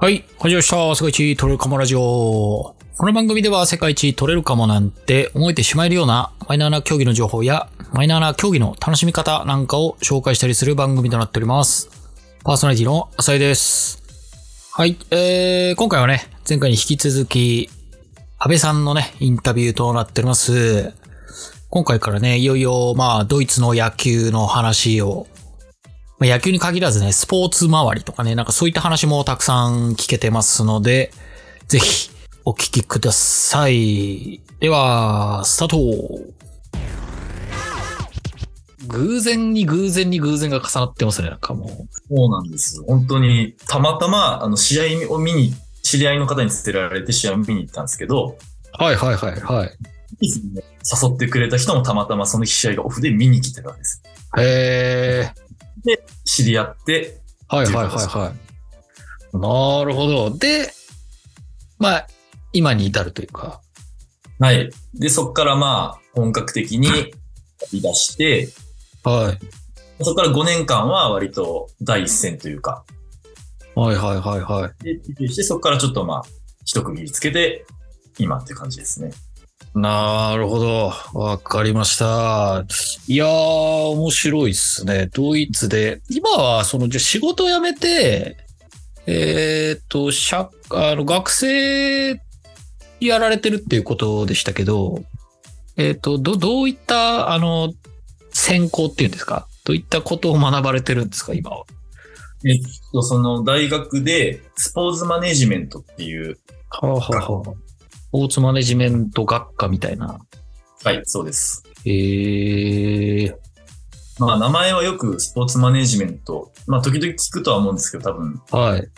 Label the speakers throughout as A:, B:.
A: はい。始まりました。世界一取れるかもラジオ。この番組では世界一取れるかもなんて思えてしまえるようなマイナーな競技の情報やマイナーな競技の楽しみ方なんかを紹介したりする番組となっております。パーソナリティの浅井です。はい。えー、今回はね、前回に引き続き、安倍さんのね、インタビューとなっております。今回からね、いよいよ、まあ、ドイツの野球の話をまあ野球に限らずね、スポーツ周りとかね、なんかそういった話もたくさん聞けてますので、ぜひお聞きください。では、スタート偶然に偶然に偶然が重なってますね、なんかもう。
B: そうなんです。本当に、たまたま、あの、試合を見に、知り合いの方に捨てられて試合を見に行ったんですけど、
A: はいはいはいはい。
B: 誘ってくれた人もたまたまその日試合がオフで見に来てたんです。
A: へー。
B: 知り合って、
A: はいはいはいはい。なるほど。で、まあ、今に至るというか。
B: はい。で、そこからまあ、本格的に飛び出して、
A: はい。
B: そこから5年間は割と第一線というか、
A: はいはいはいはい。
B: で、デビューして、そこからちょっとまあ、一区切りつけて、今って感じですね。
A: なるほど。わかりました。いやー、面白いっすね。ドイツで。今は、その、じゃあ仕事を辞めて、えーっと、社、あの、学生やられてるっていうことでしたけど、えーっと、ど、どういった、あの、専攻っていうんですかどういったことを学ばれてるんですか、今は。
B: えっと、その大学で、スポーツマネジメントっていう、
A: はあ、はあはあ、スポーツマネジメント学科みたいな。
B: はい、そうです。
A: えー、
B: まあ、名前はよくスポーツマネジメント、まあ、時々聞くとは思うんですけど、多分、
A: はい。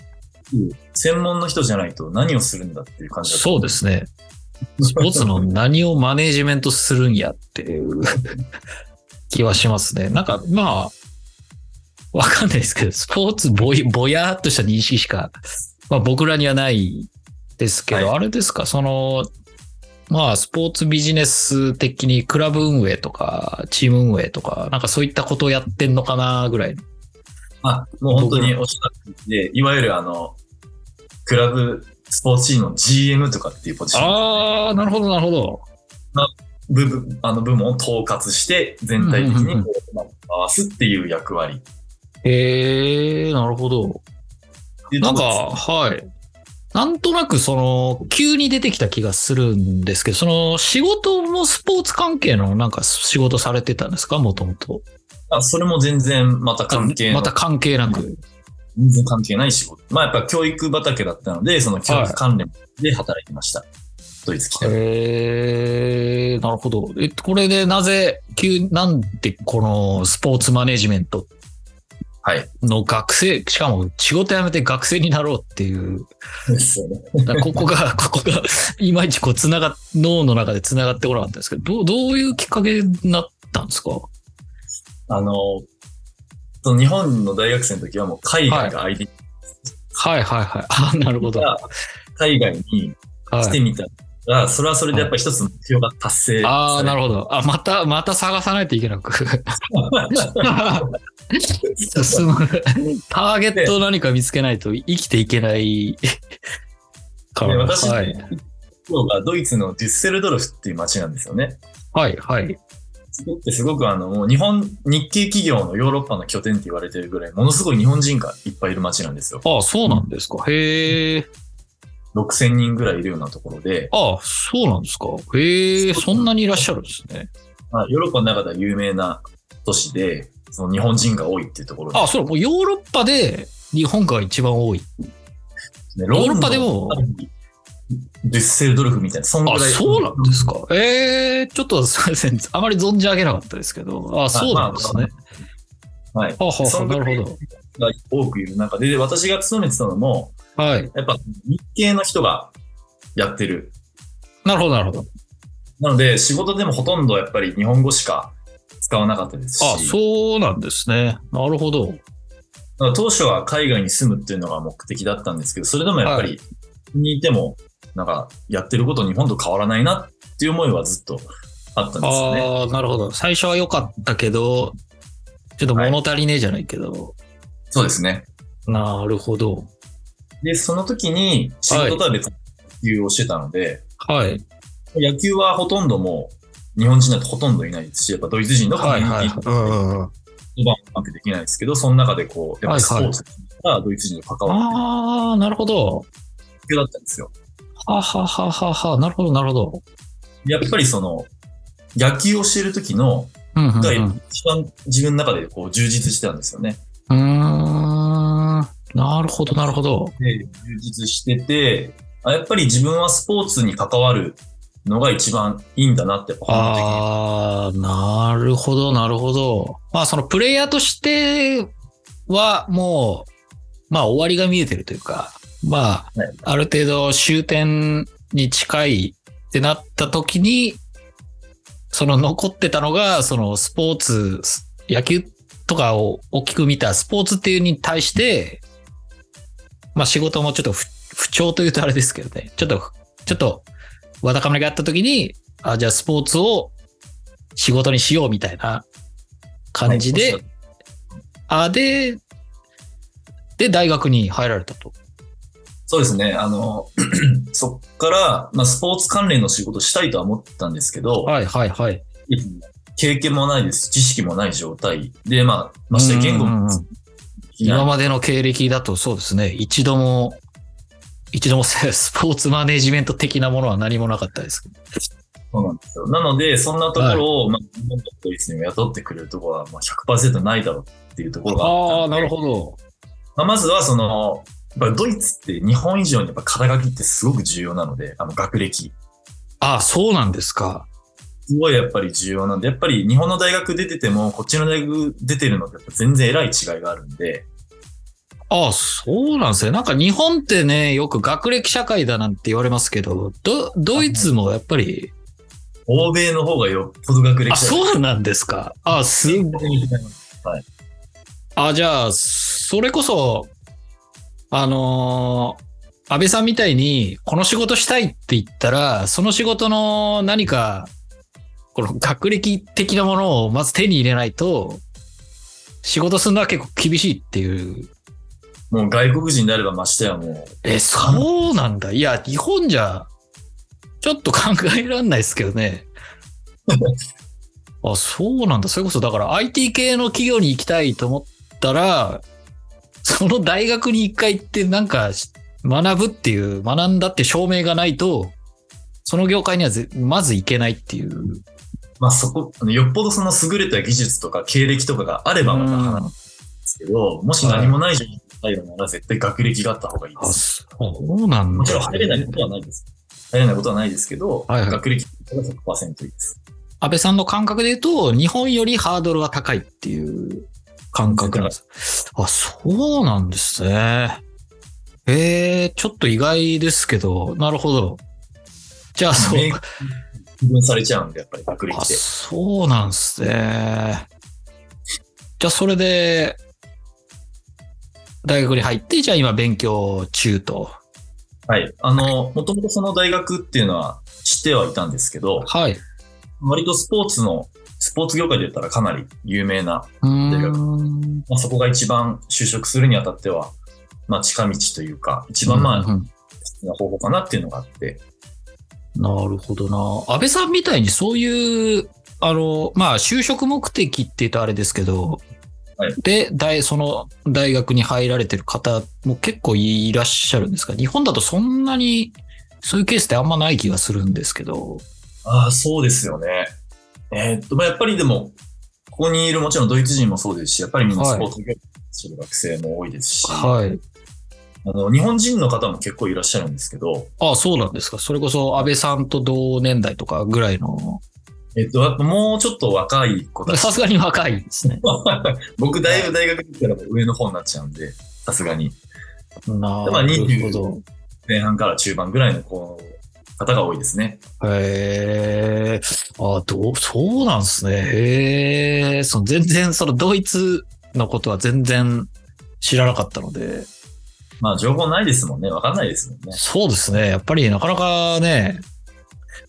B: 専門の人じゃないと何をするんだっていう感じだと
A: そうですね。スポーツの何をマネージメントするんやっていう 気はしますね。なんか、まあ、わかんないですけど、スポーツぼいぼやーっとした認識しか、まあ僕らにはないですけど、
B: は
A: あれですか、その、まあスポーツビジネス的にクラブ運営とか、チーム運営とか、なんかそういったことをやってんのかなぐらいの。
B: あ、もう本当におっしゃってて、いわゆるあの、クラブスポーツチームの GM とかっていうポジション、
A: ああ、なるほど、なるほど。
B: 部部あの部門を統括して、全体
A: う
B: 的
A: んうんうんう
B: に
A: ん
B: こう回すっていう役割
A: へえ、なるほど。
B: っていう
A: な
B: と
A: ん
B: こ
A: か、
B: ろです
A: はい。なんとなく、その、急に出てきた気がするんですけど、その、仕事もスポーツ関係の、なんか、仕事されてたんですかもともと。
B: あそれも全然また関係
A: ま
B: の
A: た関係なく。
B: 全然関係ない仕事。まあやっぱ教育畑だったので、その教
A: はい
B: 育関連で働いてました。ドイツ来て。
A: へえ、なるほど。え、これで、なぜ、急、なんで、この、スポーツマネジメント
B: はい。
A: の学生、しかも、仕事辞めて学生になろうっていう、
B: ですよね。
A: だからここ が、ここが、いまいち、こう、つなが、脳の中で繋がってこなかったんですけど、どう、どういうきっかけになったんですか
B: あの、その日本の大学生の時はもう海外が相手、
A: はいはいはい。あ、なるほど。は
B: 海外に来て
A: い、
B: みたら、それはそれでやっぱり一つの目標が達成
A: ああ、な
B: る
A: るほど。あ、また、また探さないといけ なく。進む。ターゲットを何か見つけないと生きていけないから。
B: で 私
A: はい、
B: ほど。がドイツのデュッセルドルフっていう街なんですよね。
A: はい、はい。
B: そこってすごくあの、もう日本、日系企業のヨーロッパの拠点って言われてるぐらい、ものすごい日本人がいっぱいいる街なんですよ。
A: ああ、そうなんですか。へえ。
B: 6000人ぐらいいるようなところで、
A: ああ、そうなんですか。へえ、そんなにいらっしゃるんですね。
B: まあ、ヨーロッパの中では有名な都市で、その日本人が多いっていうところで
A: ああ、そう、もうヨーロッパで日本が一番多い。
B: すね。
A: ヨーロッパでも
B: ロンドンデュッセルドルフみたいな、そんぐら
A: あ、
B: い。
A: そうなんですか。ええちょっとすいません。あまり存じ上げなかったですけど。あ、そうなんですね。
B: はい。
A: はあはあ
B: そ
A: はあ、
B: んぐ
A: な
B: らい
A: るほ
B: が多くいる中で、で私が勤めてたのも、
A: ど。はい。
B: やっぱ日系の人がやってる。
A: なるほど、なるほど。
B: なので、仕事でもほとんどやっぱり日本語しか使わなかったですし、
A: あ、そうなんですね。なるほど。
B: だから当初は海外に住むっていうのが目的だったんですけど、それでもやっぱり、にいても、なんかやってること日本と変わらないなっていう思いはずっとあったんですよね。
A: ああ、なるほど。最初は良かったけど、ちょっと物足りねえじゃないけど。
B: そうですね。
A: なるほど。
B: で、その時に仕事とは別に野球をしてたので、
A: はい。
B: 野球はほとんどもう日本人だとほとんどいないですし、やっぱドイツ人のコミュ
A: はい。
B: ニテ
A: はい。
B: ィと
A: うんうんうん。
B: 一番うまくできないですけど、その中でこう、やっぱスポ
A: はいは
B: ー
A: い
B: ツがドイツ人と関わってる
A: ああ、なるほど。
B: 野球だったんですよ。
A: ははははは。なるほど、なるほど。
B: やっぱりその、野球をしてる時の、
A: うんうん、う
B: が
A: ん。
B: 一番自分の中でこう充実してたんですよね。
A: うーん。なるほど、なるほど。
B: で、充実してて、あやっぱり自分はスポーツに関わるのが一番いいんだなって、やっぱ本能的に
A: ああ、なるほど、なるほど。まあ、そのプレイヤーとしては、もう、まあ、終わりが見えてるというか、まあ
B: はい、
A: ある程度終点に近いってなった時に、その残ってたのが、そのスポーツ、す野球とかを大きく見たスポーツっていうに対して、まあ仕事もちょっと不不調というとあれですけどね、ちょっと、ちょっと、わだかまりがあった時に、あ、じゃあスポーツを仕事にしようみたいな感じで、
B: はい
A: あ、で、で、大学に入られたと。
B: そうですね。あの、 そっから、まあ、スポーツ関連の仕事したいとは思ったんですけど、
A: はいはいはい。
B: 経験もないです。知識もない状態で、まあ、ましてや言語
A: うんうん
B: も
A: うん今までの経歴だとそうですね、一度も、一度もせスポーツマネジメント的なものは何もなかったですけど。
B: そうなんですよ。なので、そんなところを、まあ、日本のドイツにも雇ってくれるところは、まあ、100%ないだろうっていうところがあったので
A: ほど。
B: まあ、まずは、その、やっぱドイツって日本以上にやっぱ肩書きってすごく重要なので、あの学歴。
A: ああ、そうなんですか。
B: すごいやっぱり重要なんで、やっぱり日本の大学出てても、こっちの大学出てるのとやっぱ全然偉い違いがあるんで、
A: ああ、そうなんですね。なんか日本ってね、よく学歴社会だなんて言われますけど、ドドイツもやっぱり、
B: 欧米の方がよっぽど学歴
A: あ、
B: 者が
A: そうなんですか。ああ、すごいあ、じゃあ、それこそ、あのー安倍さんみたいに、この仕事したいって言ったら、その仕事の何か、この学歴的なものをまず手に入れないと、仕事するのは結構厳しいっていう。
B: もう外国人であればましてやもう、
A: え、そうなんだ。いや、日本じゃ、ちょっと考えられないですけど ね。あ、そうなんだ。それこそ、だから IT 系の企業に行きたいと思ったら、その大学に一回行ってなんかし学ぶっていう、学んだって証明がないと、その業界にはぜまず行けないっていう。
B: まあそこ、あのよっぽどその優れた技術とか経歴とかがあればまた話なんですけど、もし何もない状態なら絶対学歴があった方がいいで
A: あ、
B: す。
A: そうなん
B: もちろん
A: だ
B: 入。れないことはないです。入れないことはないですけど、
A: はいはい
B: 学歴が100%いいです。
A: 安倍さんの感覚で言うと、日本よりハードルが高いっていう感覚なんです。あ、そうなんですね。ええちょっと意外ですけど、なるほど。じゃあ、そう
B: 明。確に区分されちゃうんで、やっぱり学歴
A: あ、
B: って。
A: そうなんですね。じゃあ、それで、大学に入って、じゃあ今勉強中と。
B: はい。あの、もともとその大学っていうのは知ってはいたんですけど、
A: はい。
B: 割とスポーツの、スポーツ業界で言ったらかなり有名な
A: うーん。
B: まあ、そこが一番就職するにあたっては、まあ、近道というか、一番まあ、
A: うんうん
B: な方法かなっていうのがあって、
A: なるほどな。安倍さんみたいにそういう、あの、まあ、就職目的って言うとあれですけど、
B: はい
A: で、大、その大学に入られてる方も結構いらっしゃるんですか日本だとそんなに、そういうケースってあんまない気がするんですけど。
B: ああ、そうですよね。えーっと、まあ、やっぱりでも、ここにいるもちろんドイツ人もそうですし、やっぱりみんな
A: はい
B: スポーツ業界する学生も多いですし、
A: はい。
B: あの、日本人の方も結構いらっしゃるんですけど、
A: ああ、そうなんですか。それこそ安倍さんと同年代とかぐらいの、
B: えーっと、やっぱもうちょっと若い子たち
A: さ、 すがに若いですね。
B: 僕だいぶ大学行ったらもう上の方になっちゃうんで、さすがに、
A: な
B: まあ
A: る
B: 20
A: ほど。
B: 前半から中盤ぐらいの子方が多いですね。
A: へえ、あ、どう、そうなんですね。へえ、その全然、そのドイツのことは全然知らなかったので、
B: まあ、情報ないですもんね。わかんないですもんね。
A: そうですね。やっぱりなかなかね、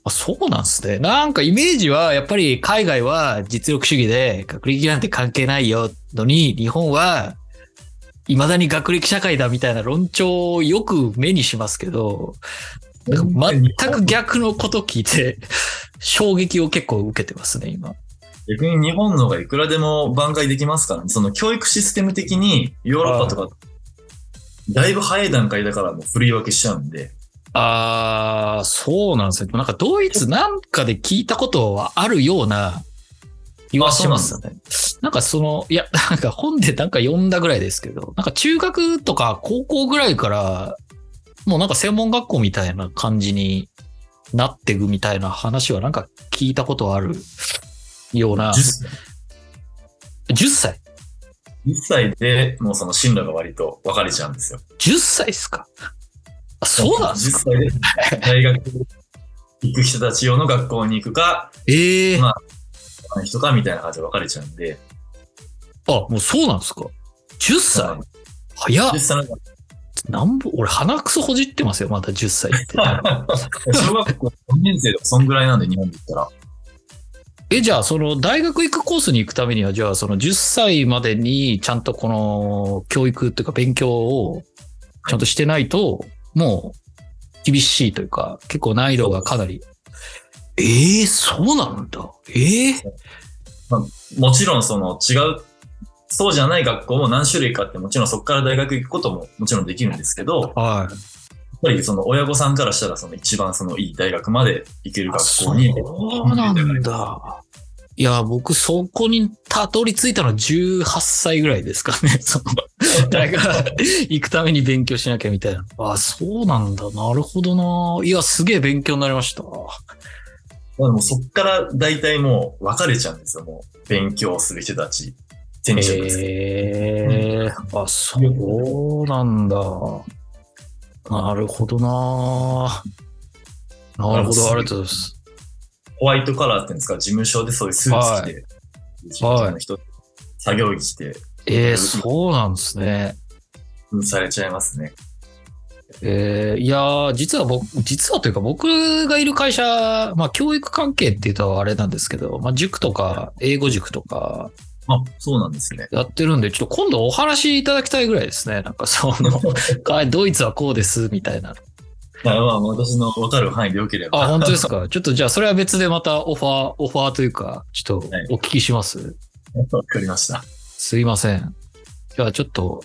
A: あそうなんですね。なんかイメージは、やっぱり海外は実力主義で、学歴なんて関係ないよ、のに、日本は、未だに学歴社会だみたいな論調をよく目にしますけど、なんか全く逆のこと聞いて、衝撃を結構受けてますね、今。
B: 逆に日本の方がいくらでも挽回できますからね。その教育システム的にヨーロッパとか、だいぶ早い段階だからもう振り分けしちゃうんで。
A: ああ、そうなんですね。でもなんかドイツなんかで聞いたことはあるような気はしますね。なんかその、いや、 なんか本でなんか読んだぐらいですけど、なんか中学とか高校ぐらいから、もうなんか専門学校みたいな感じになっていくみたいな話はなんか聞いたことあるような。
B: 10
A: 10歳
B: 1歳でもうその進路が割と分かれちゃうんですよ。
A: ?10 歳ですかあそうなんですか
B: ?10 歳で大学行く人たち用の学校に行くか、
A: ええ
B: ま他の人かみたいな感じで分かれちゃうんで。
A: あ、もうそうなんですか ?10 歳早っ
B: 10歳の
A: なんぼ、俺鼻くそほじってますよ、まだ10歳って。
B: 小学校4年生でもそんぐらいなんで、日本で言ったら。
A: え、じゃあ、その大学行くコースに行くためには、じゃあ、その10歳までにちゃんとこの教育っていうか勉強をちゃんとしてないと、もう厳しいというか、結構難易度がかなり。ええそうなんだ。ええ
B: もちろん、その違う、そうじゃない学校も何種類かあって、もちろんそこから大学行くことももちろんできるんですけど、やっ
A: はい。
B: ぱりその親御さんからしたら、その一番そのいい大学まで行ける
A: あ
B: 学校に。
A: そうなんだ。いや、僕、そこにたどり着いたのは18歳ぐらいですかね。 その、大学行くために勉強しなきゃみたいな。あ、そうなんだ。なるほどな。いや、すげえ勉強になりました。
B: まあでもそこから大体もう分かれちゃうんですよ、もう。勉強する人たち、転職ですけど
A: えー、あ、そうなんだ。なるほどな。なるほど、ありがとうございます。
B: ホワイトカラーっていうんですか、事務所でそういうスーツ着て、事務所の人、作業着着て、
A: えー、そうなんですね。
B: うんされちゃいますね。
A: えーいやー、実は僕、実はというか僕がいる会社、まあ教育関係っていうとあれなんですけど、まあ塾とか英語塾とか
B: あ、そうなんですね。
A: やってるんで、ちょっと今度お話しいただきたいぐらいですね。なんかその、 かドイツはこうです、みたいな。
B: まあまあ、私の分かる範囲でよければ。
A: あ、本当です か。ちょっとじゃあそれは別でまたオファー、オファーというか、ちょっと
B: はい
A: お聞きします。
B: わかりました。
A: すいません。じゃあちょっと、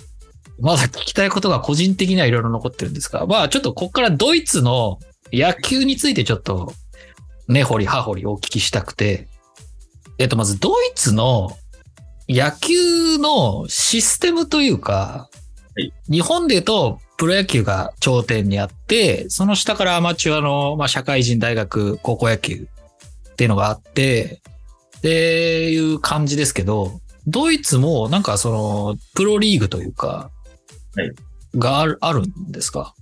A: まだ聞きたいことが個人的にはいろいろ残ってるんですが、まあちょっとここからドイツの野球についてちょっと、根掘り葉掘りお聞きしたくて、えっと、まずドイツの野球のシステムというか、
B: はい
A: 日本で言うとプロ野球が頂点にあって、その下からアマチュアの、まあ、社会人、大学、高校野球っていうのがあって、っていう感じですけど、ドイツもなんかそのプロリーグというか、
B: はい
A: があるあるんですか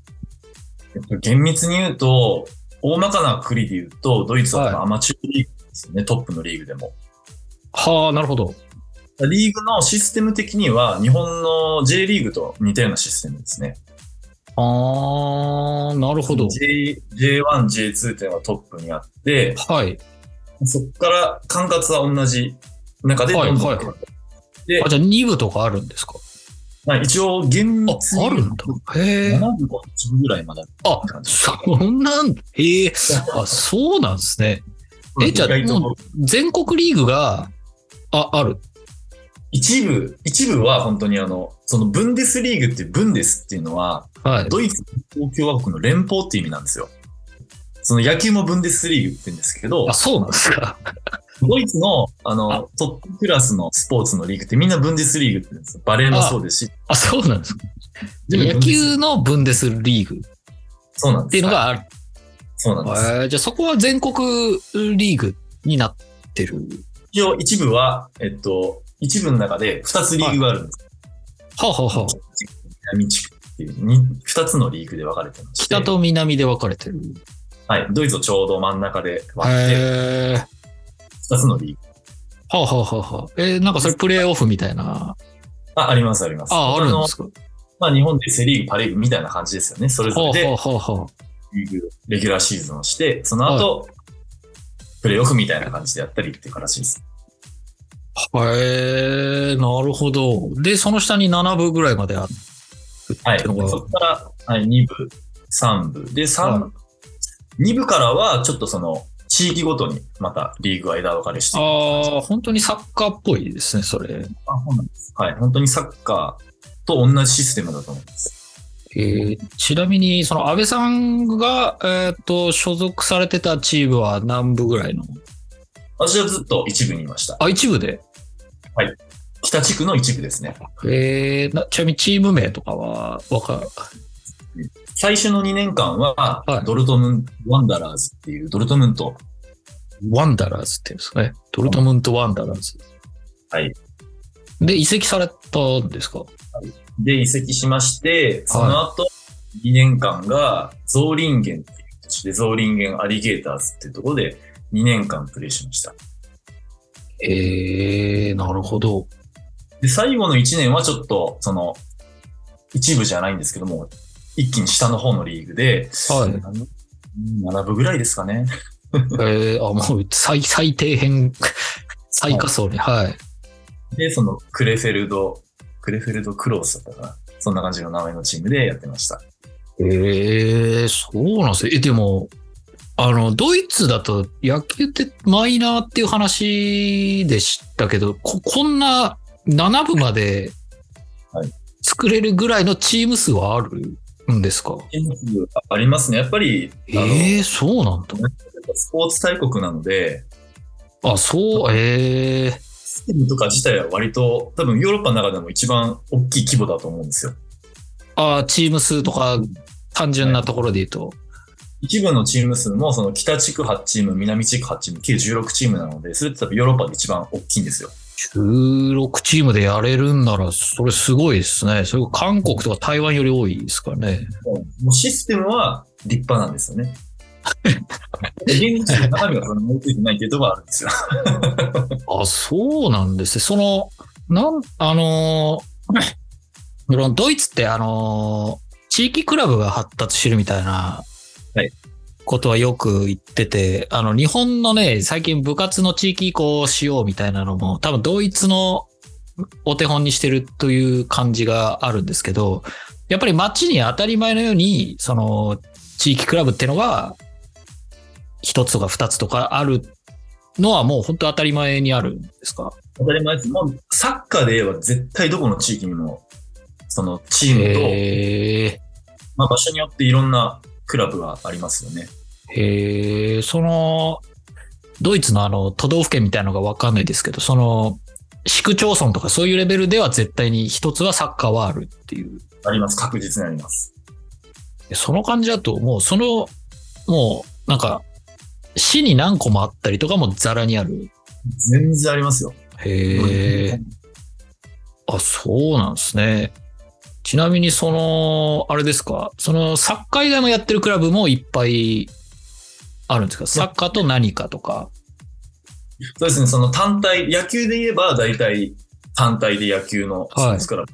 B: えっと厳密に言うと、大まかな国で言うと、ドイツ
A: はい
B: はアマチュアリーグですよね、トップのリーグでも。
A: はあ、なるほど。
B: リーグのシステム的には、日本の J リーグと似たようなシステムですね。
A: ああ、なるほど。
B: J、J1、J2 っていうのがトップにあって、
A: はい。
B: そこから管轄は同じ中で
A: はい
B: どんどん、
A: はいはあ、じゃあ2部とかあるんですか
B: まあ、一応厳
A: あ
B: 密、
A: あるんだ。へえ。
B: 7部か8部ぐらいまである
A: あ、そんなん、へえ。あ、そうなんですね。え、じゃあ
B: 意外と
A: もう全国リーグが、あ、ある。
B: 一部、一部は本当にあの、そのブンデスリーグっていうブンデスっていうのは、
A: はい。
B: ドイツ東京和国の連邦って意味なんですよ。その野球もブンデスリーグって言うんですけど
A: あ、、そうなんですか。
B: ドイツのあのトップクラスのスポーツのリーグってみんなブンデスリーグって言うんですよ。バレエもそうですし、
A: あ、そうなんですか。
B: でも
A: 野球のブンデスリーグっ
B: そうなんです。
A: ていうの
B: は
A: がある
B: そうなんです。
A: えーじゃあそこは全国リーグになってる。
B: 一応一部は、えっと、一部の中で二つリーグがあるんです。
A: はあ、はあはあ、
B: 南地区っていうに二つのリーグで分かれてまして
A: 北、と南で分かれてる。
B: はい、ドイツをちょうど真ん中で割って、
A: へえ。は
B: 二つのリーグ。
A: あ、はあはあはあ、えーなんかそれプレーオフみたいな。
B: あ、あります、あります。
A: あ、あるん
B: の
A: ですか。は
B: まあ、日本でセリーグ、パリーグみたいな感じですよね。それ
A: あ、
B: ぞれで
A: はあはあは
B: リーグ、レギュラーシーズンをして、その後、プレイオフみたいな感じでやったりっていう形です。
A: あ。へええー、なるほど。で、その下に7部ぐらいまである
B: は
A: ってのが
B: い。そこから、はい、2部、3部。で、三
A: は
B: 2部からは、ちょっとその、地域ごとにまたリーグが枝分かれしていく
A: ああ、本当にサッカーっぽいですね、それ。
B: あそうなんですはい。本当にサッカーと同じシステムだと思います。
A: えーちなみに、その安倍さんが、えーっと、所属されてたチームは何部ぐらいの
B: 私はずっと一部にいました。
A: あ、一部で。
B: 北地区の一部ですね。
A: えーなちなみにチーム名とかはわか
B: 最初の2年間は、
A: はい
B: ドルトムント・ワンダラーズっていう、ドルトムント、
A: ワンダラーズっていうんですかね。ドルトムント・ワンダラーズ。
B: はい。
A: で、移籍されたんですか
B: で移籍しまして、その後、2年間がゾーリンゲンっていう土地で、ゾーリンゲン・アリゲーターズっていうところで2年間プレーしました。
A: えー、なるほど。
B: で、最後の1年はちょっと、その、一部じゃないんですけども、一気に下の方のリーグで、
A: はい
B: 7部ぐらいですかね。
A: えー、あ、もう最、最底辺、最下層に、はい。
B: で、そのクレフェルド、クレフェルドクロースだったかな。そんな感じの名前のチームでやってました。
A: えー、そうなんですね。え、でも、あの、ドイツだと野球ってマイナーっていう話でしたけど、こ、こんな7部まで
B: はい
A: 作れるぐらいのチーム数はあるんですか、
B: ありますね。やっぱり、あの、
A: えー、そうなんだ。
B: スポーツ大国なので、
A: あ、そう、ええ
B: ステムとか自体は割と、多分ヨーロッパの中でも一番大きい規模だと思うんですよ。
A: あ、チーム数とか、単純なところで言うと。
B: 一部のチーム数も、その北地区8チーム、南地区8チーム、計16チームなので、それって多分ヨーロッパで一番大きいんですよ。
A: 16チームでやれるんなら、それすごいですね。それが韓国とか台湾より多いですからね。
B: もうシステムは立派なんですよね。現地の中身がそんなに追いついてないっていうところがあるんですよ。
A: あ、そうなんですね。その、なん、あのー そのドイツってあのー地域クラブが発達してるみたいな、
B: はい
A: ことはよく言ってて、あの、日本のね、最近部活の地域移行をしようみたいなのも、多分ドイツのお手本にしてるという感じがあるんですけど、やっぱり街に当たり前のように、その、地域クラブってのは、一つとか二つとかあるのはもう本当当たり前にあるんですか
B: 当たり前です。もうサッカーで言えば絶対どこの地域にも、そのチームと、
A: へ
B: まあ、場所によっていろんなクラブがありますよね。
A: え、へえ、その、ドイツのあの、都道府県みたいなのがわかんないですけど、その、市区町村とかそういうレベルでは絶対に一つはサッカーはあるっていう。
B: あります。確実にあります。
A: その感じだと、もうその、もう、なんか、市に何個もあったりとかもザラにある。
B: 全然ありますよ。
A: へえ。あ、そうなんですね。ちなみに、その、あれですか、その、サッカー以外もやってるクラブもいっぱいあるんですかサッカーと何かとか。
B: そうですね。その単体、野球で言えば大体単体で野球の
A: はい
B: 一つクラブ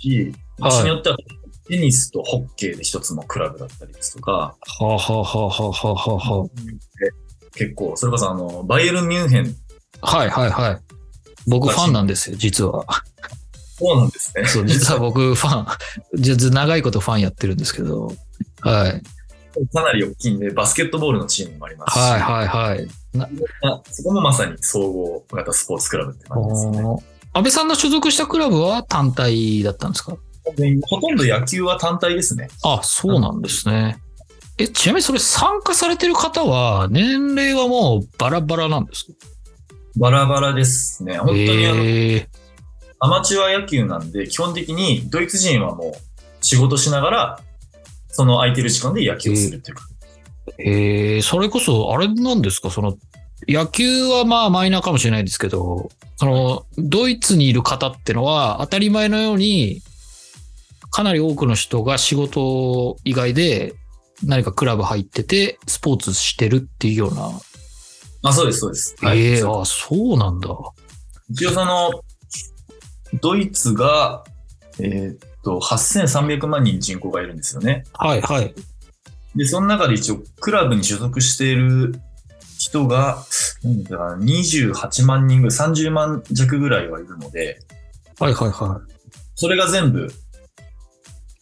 B: し、
A: はい
B: 場所によってはテニスとホッケーで一つのクラブだったりですとか、
A: はあ、はあはあはあはあは
B: 結構、それこそあの、バイエルン・ミュンヘン、
A: あ、はいはいはい。僕ファンなんですよ、実は。
B: そうなんですね。
A: そう、実は僕ファン、実は長いことファンやってるんですけど。はい。
B: かなり大きいんで、バスケットボールのチームもありますし、
A: はいはいはい。
B: あそこもまさに総合型スポーツクラブって感じですね。
A: おー安倍さんの所属したクラブは単体だったんですか
B: ほとんど野球は単体ですね。
A: あ、そうなんですね。え、ちなみにそれ参加されてる方は、年齢はもうバラバラなんですか
B: バラバラですね。本当にあの、
A: えー
B: アマチュア野球なんで、基本的にドイツ人はもう仕事しながら、その空いてる時間で野球をするっていうか、
A: えーそれこそ、あれなんですかその、野球はまあマイナーかもしれないですけど、その、ドイツにいる方ってのは、当たり前のように、かなり多くの人が仕事以外で、何かクラブ入ってて、スポーツしてるっていうような。
B: あ、そうです、そうです。はい。
A: ええあ、そうなんだ。
B: 一応その、ドイツが、えーっと、8300万人人口がいるんですよね。
A: はいはい。
B: で、その中で一応、クラブに所属している人が、なんだ28万人ぐらい、30万弱ぐらいはいるので、
A: はいはいは
B: それが全部、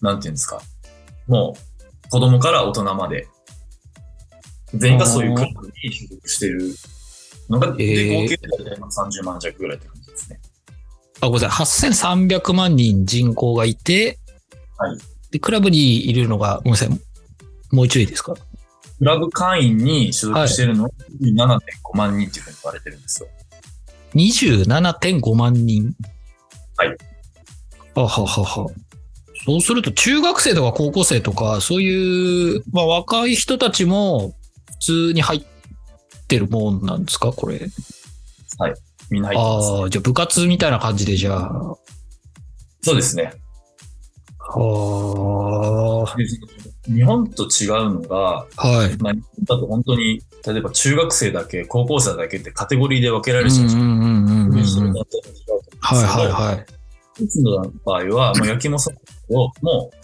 B: なんていうんですか。もう、子供から大人まで、全員がそういうクラブに所属してるの
A: へ
B: が、で、
A: ー
B: 合計で大体まあ30万弱ぐらいって感じですね。
A: い。あ、ごめんなさい。8300万人人口がいて、
B: はい。
A: で、クラブにいるのが、ごめんなさい。もう一度いいですか
B: クラブ会員に所属してるのが7.5万人っていうふうに言われてるんですよ。
A: ?27.5 万人。
B: はい。
A: あははは。そうすると、中学生とか高校生とか、そういう、まあ若い人たちも普通に入ってるもんなんですかこれ。
B: みんな入ってます。
A: ああ、じゃあ部活みたいな感じで、じゃあ。
B: そうですね。
A: は
B: で日本と違うのが、
A: あ。はい。
B: まあ、日本だと本当に、例えば中学生だけ、高校生だけってカテゴリーで分けら
A: う
B: れ
A: ん
B: るじゃないです
A: う
B: か。
A: んうんうんうんうん。
B: それ
A: はい
B: だと違うと思うんですけど
A: はいはい。
B: 一つの場合は、もう野球もそうだけど、もう、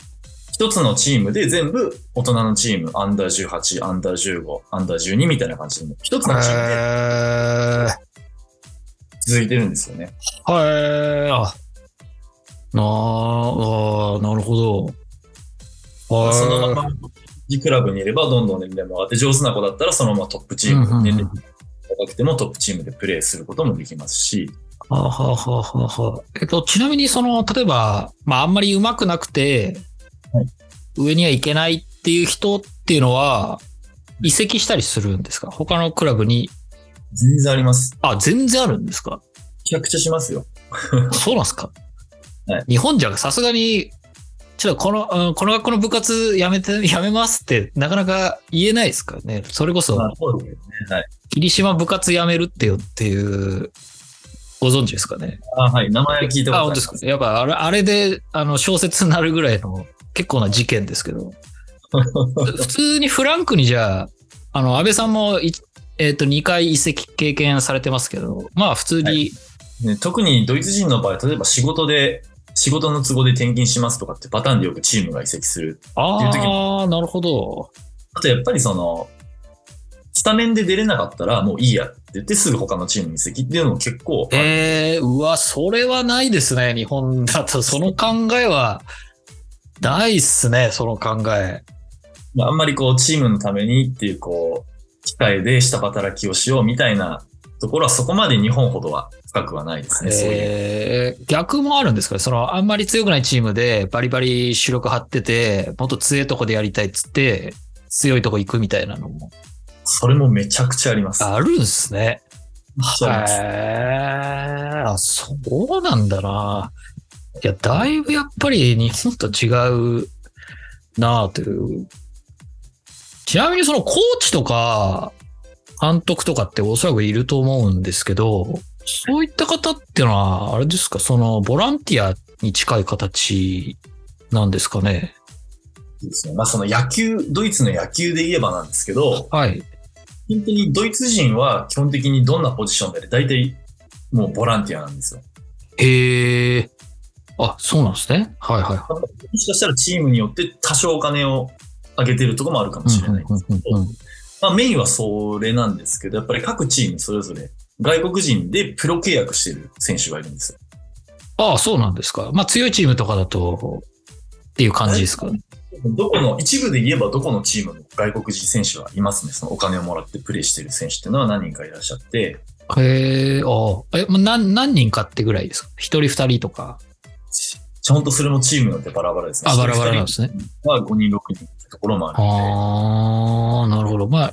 B: 一つのチームで全部大人のチーム、アンダー18、アンダー15、アンダー12みたいな感じで、もう一つのチームで
A: へえ。
B: 続いてるんですよね。
A: はい。あなあ、あーなるほど。
B: まあその
A: は
B: まま、クラブにいればどんどん年齢も上がって、上手な子だったらそのままトップチーム、
A: うんうんうん
B: 年齢高くてもトップチームでプレーすることもできますし、
A: あ、はあはあはあはあ。えっと、ちなみに、その、例えば、まあ、あんまり上手くなくて、
B: はい
A: 上にはいけないっていう人っていうのは、移籍したりするんですか他のクラブに。
B: 全然あります。
A: あ、全然あるんですか
B: めちゃくちゃしますよ。
A: そうなんすか、
B: はい
A: 日本じゃさすがに、ちょっとこの、うんこの学校の部活やめて、 やめますってなかなか言えないですからね。それこそ
B: ま、あそうですねはい。
A: 霧島部活やめるってよっていう、ご存知ですかね。
B: あはい。名前は聞いた
A: あ、
B: ことあ
A: 本
B: り
A: 当
B: ま
A: ですか。やっぱあれ、あれで、あの、小説になるぐらいの結構な事件ですけ ど。普通にフランクにじゃあ、あの、安倍さんもい、えっ、と、2回移籍経験されてますけど、まあ普通に、
B: はね、特にドイツ人の場合、例えば仕事で、仕事の都合で転勤しますとかってパターンでよくチームが移籍する。っていう時
A: ああ、なるほど。
B: あとやっぱりその、スタメンで出れなかったらもういいやって言ってすぐ他のチームに移籍っていうのも結構、
A: ええうわ、それはないですね、日本だと。その考えは、ないっすね、その考え。
B: まああんまりこうチームのためにっていうこう、機会で下働きをしようみたいなところはそこまで日本ほどは深くはないですね、そういう。
A: ええ逆もあるんですかねその、あんまり強くないチームで、バリバリ主力張ってて、もっと強いとこでやりたいっつって、強いとこ行くみたいなのも。
B: それもめちゃくちゃあります。
A: あるんすね。
B: そうなんです
A: へえあ、そうなんだな。いや、だいぶやっぱり日本と違うなあという。ちなみにそのコーチとか監督とかっておそらくいると思うんですけど、そういった方ってのは、あれですか、そのボランティアに近い形なんですかね。
B: ですね。まあその野球、ドイツの野球で言えばなんですけど、
A: はい。
B: 本当にドイツ人は基本的にどんなポジションであれ大体もうボランティアなんですよ。
A: へえ。あ、そうなんですね。はいはいは
B: もしかしたらチームによって多少お金を上げてるところもあるかもし
A: い。
B: れない。
A: うんうんうんうん
B: まあメインはそれなんですけど、やっぱり各チームそれぞれ外国人でプロ契約してる選手がいるんですよ。
A: ああ、そうなんですか。まあ強いチームとかだと、っていう感じですかね。
B: どこの、一部で言えばどこのチームの外国人選手はいますね。そのお金をもらってプレーしてる選手っていうのは何人かいらっしゃって、
A: へえ、ああ。え、まあ、何、何人かってぐらいですか一人二人とか。
B: ちゃんとそれもチームによってバラバラですね。
A: あ、バラバラなんですね。
B: は5人、6人ってところもあるので、
A: ああ、なるほど。ま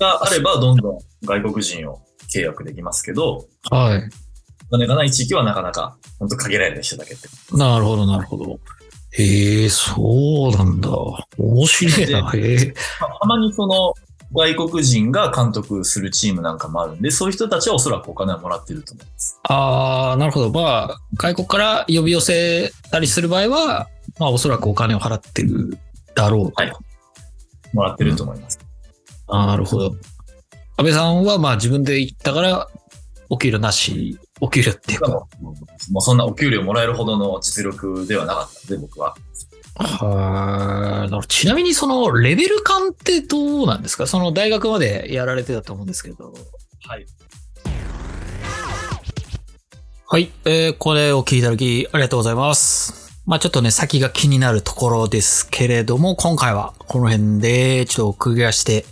B: があればどんどん外国人を契約できますけど、
A: あ、はい。
B: お金がない地域はなかなか、本当限られた人だけって
A: なるほど、なるほど。へえ、そうなんだ。面白いな。へえ。
B: まあたまにその外国人が監督するチームなんかもあるんで、そういう人たちはおそらくお金をもらってると思います。
A: ああ、なるほど。まあ、外国から呼び寄せたりする場合は、まあ、おそらくお金を払ってるだろうと。
B: はいもらってると思います。
A: あーなるほど。安倍さんはまあ自分で行ったから、お給料なし、お給料っていう
B: しか
A: か。
B: も、もうそんなお給料もらえるほどの実力ではなかったんで、僕は。
A: はーちなみにそのレベル感ってどうなんですかその大学までやられてたと思うんですけど。
B: はい。
A: はい。えー、これを聞いていただきありがとうございます。まあちょっとね、先が気になるところですけれども、今回はこの辺でちょっとクリアして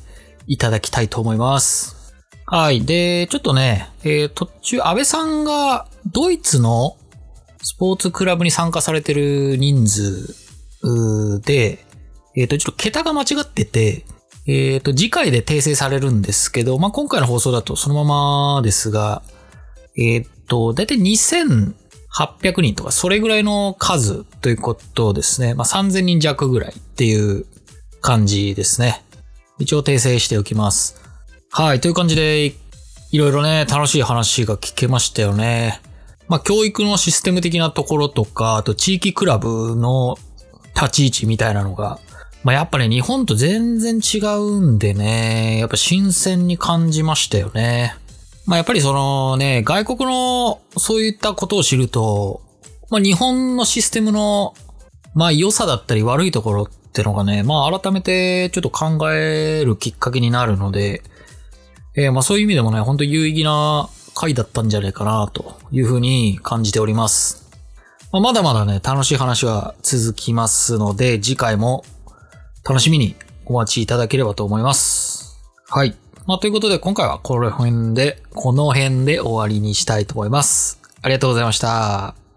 A: いただきたいと思います。はい。で、ちょっとね、えー、途中、安倍さんがドイツのスポーツクラブに参加されてる人数うーで、えっ、と、ちょっと桁が間違ってて、えっ、と、次回で訂正されるんですけど、まあ今回の放送だとそのままですが、えーっと、だいたい2800人とか、それぐらいの数ということですね。まあ、3000人弱ぐらいっていう感じですね。一応訂正しておきます。はい、という感じで、いいろいろね、楽しい話が聞けましたよね。まあ、教育のシステム的なところとか、あと地域クラブの立ち位置みたいなのが、まあ、やっぱね、日本と全然違うんでね、やっぱ新鮮に感じましたよね。まあやっぱりそのね、外国のそういったことを知ると、まあ日本のシステムの、まあ良さだったり悪いところってのがね、まあ改めてちょっと考えるきっかけになるので、えーまあそういう意味でもね、本当有意義な回だったんじゃないかなというふうに感じております。まあ、まだまだね、楽しい話は続きますので、次回も楽しみにお待ちいただければと思います。はい。まあ、ということで今回はこの辺で、この辺で終わりにしたいと思います。ありがとうございました。